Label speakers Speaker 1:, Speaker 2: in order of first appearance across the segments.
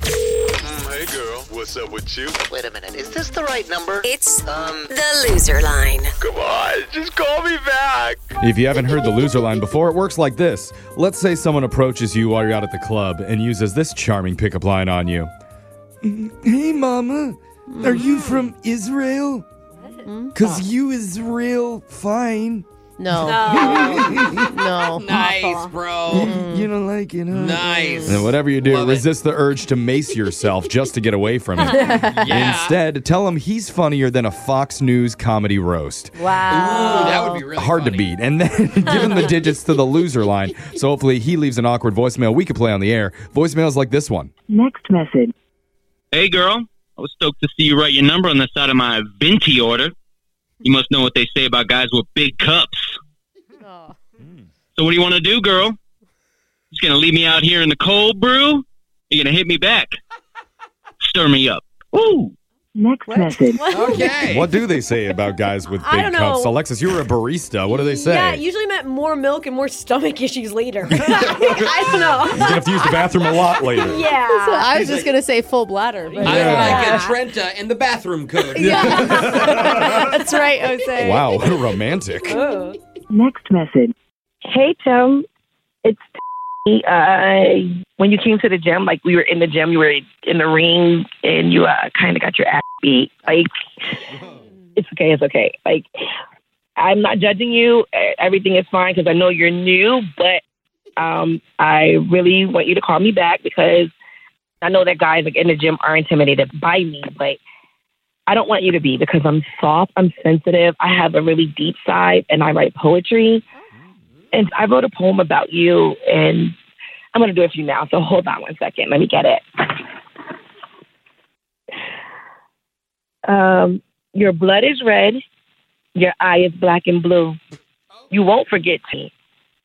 Speaker 1: Mm, what's up with you.
Speaker 2: Wait a minute, is this the right number?
Speaker 3: It's
Speaker 2: Um,
Speaker 3: the loser line.
Speaker 1: Come on, just call me back.
Speaker 4: If you haven't heard the loser line before, it works like this. Let's say someone approaches you while you're out at the club and uses this charming pickup line on you. Hey, mama, are you from Israel? Cause you Israel fine.
Speaker 5: No, no.
Speaker 6: No. nice, bro.
Speaker 4: You don't like it, huh?
Speaker 6: Nice.
Speaker 4: And whatever you do,
Speaker 6: Love it.
Speaker 4: resist the urge to mace yourself just to get away from it.
Speaker 6: Yeah.
Speaker 4: Instead, tell him he's funnier than a Fox News comedy roast.
Speaker 6: Ooh,
Speaker 3: Wow.
Speaker 6: that would be really
Speaker 4: Hard to
Speaker 6: funny.
Speaker 4: beat. And then give him the digits to the loser line. So hopefully he leaves an awkward voicemail we could play on the air. Voicemails like this one.
Speaker 7: Next message.
Speaker 8: Hey, girl. I was stoked to see you write your number on the side of my venti order. You must know what they say about guys with big cups. So, what do you want to do, girl? Just going to leave me out here in the cold brew? You're going to hit me back. Stir me up. Ooh.
Speaker 7: Next message.
Speaker 6: Okay.
Speaker 4: What do they say about guys with
Speaker 9: I don't
Speaker 4: big cups?
Speaker 9: know.
Speaker 4: Alexis, you were a barista. What do they say?
Speaker 9: Yeah, it usually meant more milk and more stomach issues later. I don't know.
Speaker 4: You're gonna have to use the bathroom a lot later.
Speaker 9: Yeah.
Speaker 5: I was just gonna say full bladder. But
Speaker 6: I
Speaker 4: Yeah.
Speaker 6: like a Trenta in the bathroom code.
Speaker 5: That's right, Jose.
Speaker 4: Wow, what a romantic.
Speaker 9: Oh.
Speaker 7: Next message.
Speaker 10: Hey, Tom. It's uh, when you came to the gym, like we were in the gym, you were in the ring, and you uh, kind of got your ass beat. Like, it's okay, it's okay. Like, I'm not judging you. E- Everything is fine because I know you're new, but um, I really want you to call me back because I know that guys like in the gym are intimidated by me, but I don't want you to be because I'm soft, I'm sensitive, I have a really deep side, and I write poetry. And I wrote a poem about you, and I'm going to do it for you now. So hold on one second. Let me get it. Um, your blood is red. Your eye is black and blue. You won't forget me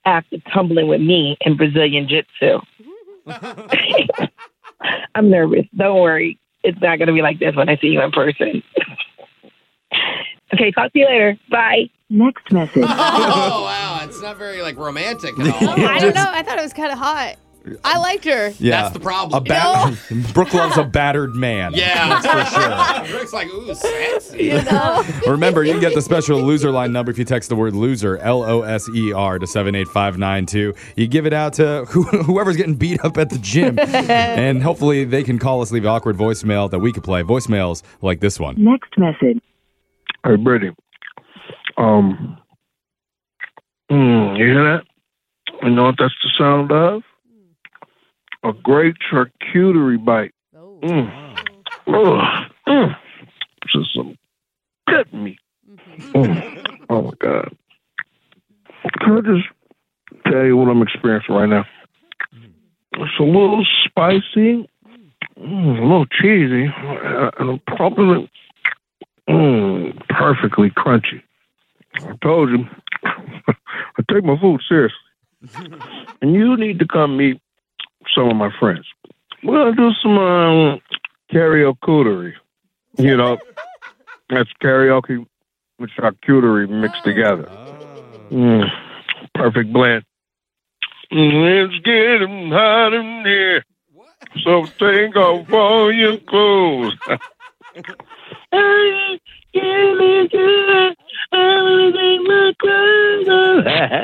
Speaker 10: after tumbling with me in Brazilian Jitsu. I'm nervous. Don't worry. It's not going to be like this when I see you in person. okay, talk to you later. Bye.
Speaker 7: Next message.
Speaker 6: Oh wow, it's not very like romantic at all.
Speaker 5: Oh, I don't know. I thought it was kind of hot. I liked her.
Speaker 4: Yeah.
Speaker 6: That's the
Speaker 4: a
Speaker 6: problem.
Speaker 4: bat- Brooke loves a battered man.
Speaker 6: yeah,
Speaker 4: That's for sure.
Speaker 6: Rick's like, ooh, sexy.
Speaker 4: Remember, you can get the special loser line number if you text the word loser, L O S E R, to 78592. You give it out to who- whoever's getting beat up at the gym. and hopefully they can call us, leave an awkward voicemail that we could play. Voicemails like this one.
Speaker 7: Next message.
Speaker 8: Hey, Brady. Um, mm, you hear that? You know what that's the sound of? A great charcuterie bite. Mm. Ugh. Mm. This is some good meat. Mm. Oh, my God. Can I just tell you what I'm experiencing right now? It's a little spicy, mm, a little cheesy, uh, and probably mm, perfectly crunchy. I told you, I take my food seriously. and you need to come meet some of my friends. We're going to do some um, karaoke. You know, that's karaoke with charcuterie mixed together. Mm, perfect blend. Mm, Let's get 'em hot in here. So take off all your clothes.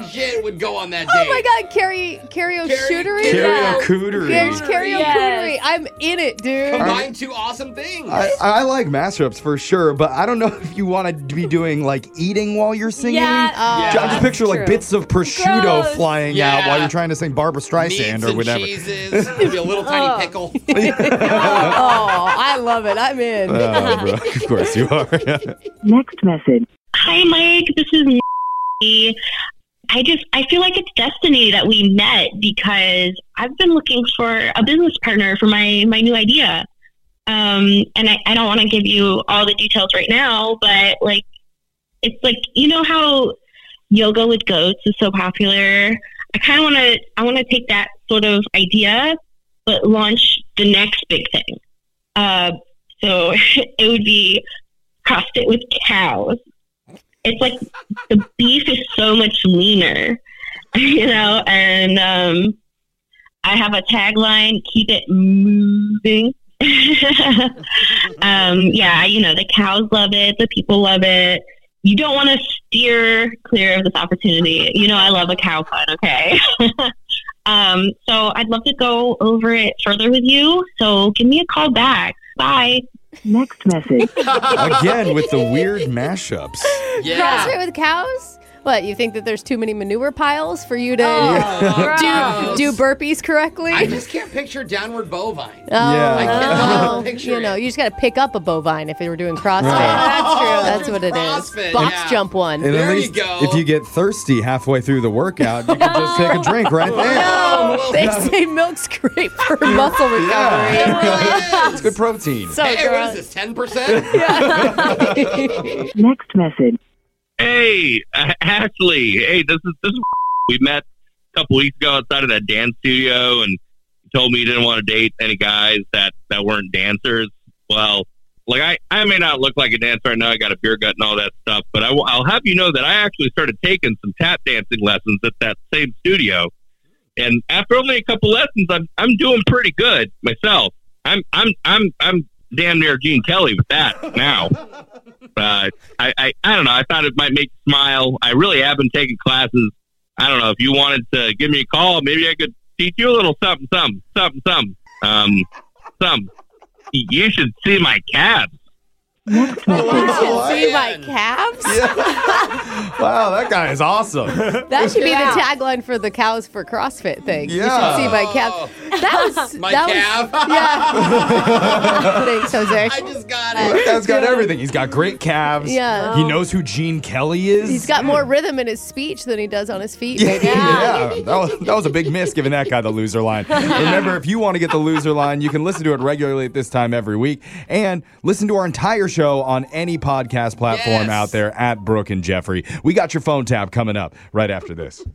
Speaker 6: legit would go on that date.
Speaker 5: Oh my God, Carrie, Carrie Shootery.
Speaker 6: Carrie-
Speaker 5: There's Carrie
Speaker 9: Yes.
Speaker 5: O'Cootery. I'm in it, dude.
Speaker 6: Combine two awesome things.
Speaker 4: I, I like mashups for sure, but I don't know if you want to be doing like eating while you're singing.
Speaker 9: Yeah.
Speaker 5: Uh,
Speaker 6: Yeah.
Speaker 4: I just picture like
Speaker 9: True.
Speaker 4: bits of prosciutto
Speaker 9: Gross.
Speaker 4: flying out
Speaker 6: Yeah.
Speaker 4: while you're trying to sing Barbara
Speaker 6: Meats
Speaker 4: Streisand or
Speaker 6: and
Speaker 4: whatever.
Speaker 6: cheeses. Maybe a little tiny pickle.
Speaker 5: oh, I love it. I'm in.
Speaker 4: Oh, Brooke, of course you are.
Speaker 7: Next message.
Speaker 10: Hi, Mike. This is Nancy. I just I feel like it's destiny that we met because I've been looking for a business partner for my my new idea. Um, and I, I don't want to give you all the details right now, but like it's like you know how yoga with goats is so popular. I kind of want to I want to take that sort of idea, but launch the next big thing. Uh, so it would be crossed it with cows it's like the beef is so much leaner, you know, and um,
Speaker 3: I have a tagline: "Keep it moving." um, yeah, you know the cows love it, the people love it. You don't want to steer clear of this opportunity. You know I love a cow pun. Okay. um, so I'd love to go over it further with you. So give me a call back. Bye.
Speaker 7: Next message.
Speaker 4: Again with the weird mashups.
Speaker 6: Yeah.
Speaker 5: CrossFit with cows? What, you think that there's too many manure piles for you to
Speaker 6: Oh,
Speaker 5: do,
Speaker 6: gross.
Speaker 5: do burpees correctly?
Speaker 6: I just can't picture downward bovine.
Speaker 5: Oh,
Speaker 4: Yeah. I
Speaker 6: cannot
Speaker 5: no.
Speaker 6: picture
Speaker 5: you know,
Speaker 6: it.
Speaker 5: you just got to pick up a bovine if you were doing CrossFit.
Speaker 6: That's true.
Speaker 5: That's what it is.
Speaker 6: CrossFit,
Speaker 5: Box
Speaker 6: yeah.
Speaker 5: jump one.
Speaker 4: And
Speaker 6: There
Speaker 4: at
Speaker 6: you
Speaker 4: least
Speaker 6: go.
Speaker 4: if you get thirsty halfway through the workout, you can just take a drink right
Speaker 5: Oh,
Speaker 4: there.
Speaker 6: Oh,
Speaker 5: No, they say milk scrape for muscle recovery.
Speaker 4: Yeah.
Speaker 6: Yes.
Speaker 4: It's good protein.
Speaker 5: So
Speaker 6: Hey, what is
Speaker 5: gross.
Speaker 6: this? Ten percent?
Speaker 7: Next message.
Speaker 1: Hey, A- Ashley. Hey, this is this. Is we met a couple weeks ago outside of that dance studio, and you told me you didn't want to date any guys that that weren't dancers. Well, like I, I may not look like a dancer right now. I got a beer gut and all that stuff, but I, will- I'll have you know that I actually started taking some tap dancing lessons at that same studio. And after only a couple lessons, I'm I'm doing pretty good myself. I'm I'm I'm I'm damn near Gene Kelly with that now. Uh, I, I, I don't know. I thought it might make you smile. I really have been taking classes. I don't know if you wanted to give me a call, maybe I could teach you a little something, something, something, something, um, some. You should see my calves.
Speaker 7: Next message.
Speaker 5: Wow. See my
Speaker 6: Man.
Speaker 5: calves?
Speaker 4: Wow, that guy is awesome.
Speaker 5: That should be
Speaker 9: Yeah.
Speaker 5: the tagline for the cows for CrossFit thing.
Speaker 4: Yeah.
Speaker 5: You should see my calves. That was
Speaker 6: My
Speaker 5: that
Speaker 6: calf.
Speaker 5: Was, yeah. Thanks, Jose.
Speaker 6: I just got
Speaker 4: That
Speaker 6: it.
Speaker 4: guy's got everything. He's got great calves.
Speaker 5: Yeah.
Speaker 4: He knows who Gene Kelly is.
Speaker 5: He's got more rhythm in his speech than he does on his feet.
Speaker 4: Yeah,
Speaker 5: Maybe.
Speaker 4: that, was, that was a big miss giving that guy the loser line. Remember, if you want to get the loser line, you can listen to it regularly at this time every week and listen to our entire show on any podcast platform
Speaker 6: Yes.
Speaker 4: out there at Brooke and Jeffrey. We got your phone tap coming up right after this.